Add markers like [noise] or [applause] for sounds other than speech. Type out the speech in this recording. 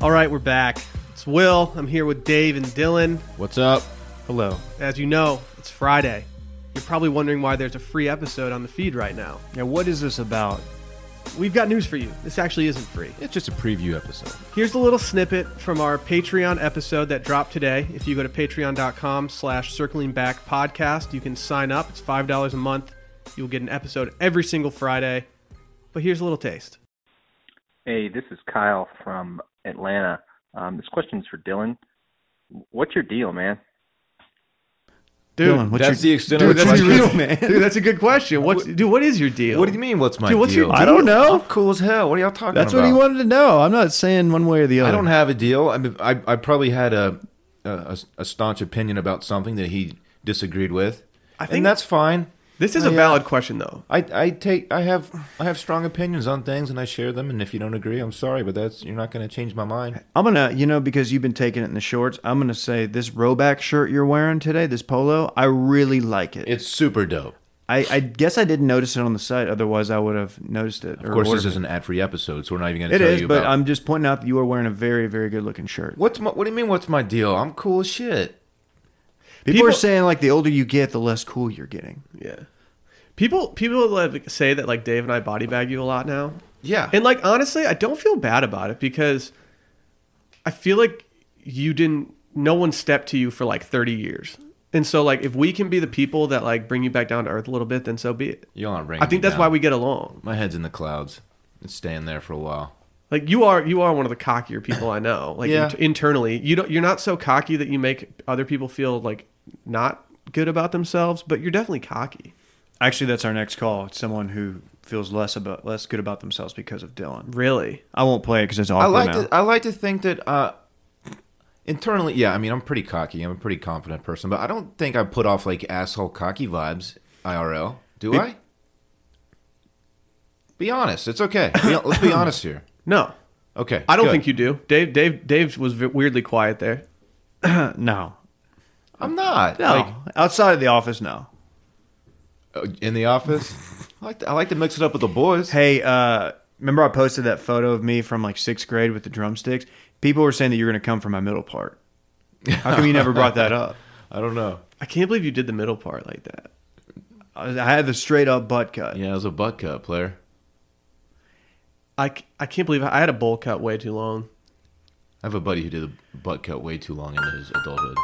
All right, we're back. It's Will. I'm here with Dave and Dylan. What's up? Hello. As you know, it's Friday. You're probably wondering why there's a free episode on the feed right now. Now, what is this about? We've got news for you. This actually isn't free. It's just a preview episode. Here's a little snippet from our Patreon episode that dropped today. If you go to patreon.com slash circling back podcast, you can sign up. It's $5 a month. You'll get an episode every single Friday. But here's a little taste. Hey, this is Kyle from Atlanta. Um, this question's for Dylan. What's your deal, man? Dude, Dylan, what's That's your, the extent dude, of the that's question. real, man. dude, that's a good question. What's, dude, what is your deal? [laughs] What do you mean? What's my Dude, what's your deal? deal? I I don't know. am cool as hell. What are y'all talking That's about? what he wanted to know. I'm not saying one way or the other. I don't have a deal. I mean, I, I probably had a, a a staunch opinion about something that he disagreed with. I think- and that's fine. This is a Oh, Yeah. valid question, though. I, I take I have I have strong opinions on things and I share them and if you don't agree I'm sorry but that's you're not going to change my mind. I'm gonna, you know, because you've been taking it in the shorts. I'm gonna say this Roback shirt you're wearing today, this polo. I really like it. It's super dope. I, I guess I didn't notice it on the site. Otherwise, I would have noticed it. Of course this is an ad free episode so we're not even going to It tell is, you but about. I'm just pointing out that you are wearing a very, very good looking shirt. what's my, what do you mean what's my deal? I'm cool as shit. People, are People- saying like the older you get, the less cool you're getting. Yeah. People people like say that like Dave and I body bag you a lot now. Yeah. And like honestly, I don't feel bad about it because I feel like you didn't no one stepped to you for like 30 years. And so like if we can be the people that like bring you back down to earth a little bit, then so be it. Y'all aren't bringing I think me that's down. why we get along. My head's in the clouds. It's staying there for a while. Like you are you are one of the cockier people I know. Like Yeah. int- internally, you don't you're not so cocky that you make other people feel like not good about themselves, but you're definitely cocky. Actually, that's our next call. It's someone who feels less about less good about themselves because of Dylan. Really. I won't play it because it's I awkward like now. to I like to think that uh, internally, yeah. I mean, I'm pretty cocky. I'm a pretty confident person, but I don't think I put off like asshole cocky vibes IRL. Do I? Be honest. It's okay. [laughs] Be, let's be honest here. No. Okay. I don't good. think you do. Dave Dave Dave was v- weirdly quiet there. Uh, no, I'm not. no. Like, Outside of the office, no. uh, in the office, I like to, I like to mix it up with the boys. Hey, uh, remember I posted that photo of me from like sixth grade with the drumsticks? People were saying that you're going to come for my middle part. How come you never brought that up? [laughs] I don't know. I can't believe you did the middle part like that. I I had the straight up butt cut. Yeah, I was a butt cut player. I, c- I can't believe I, I had a bowl cut way too long. I have a buddy who did a butt cut way too long in his adulthood.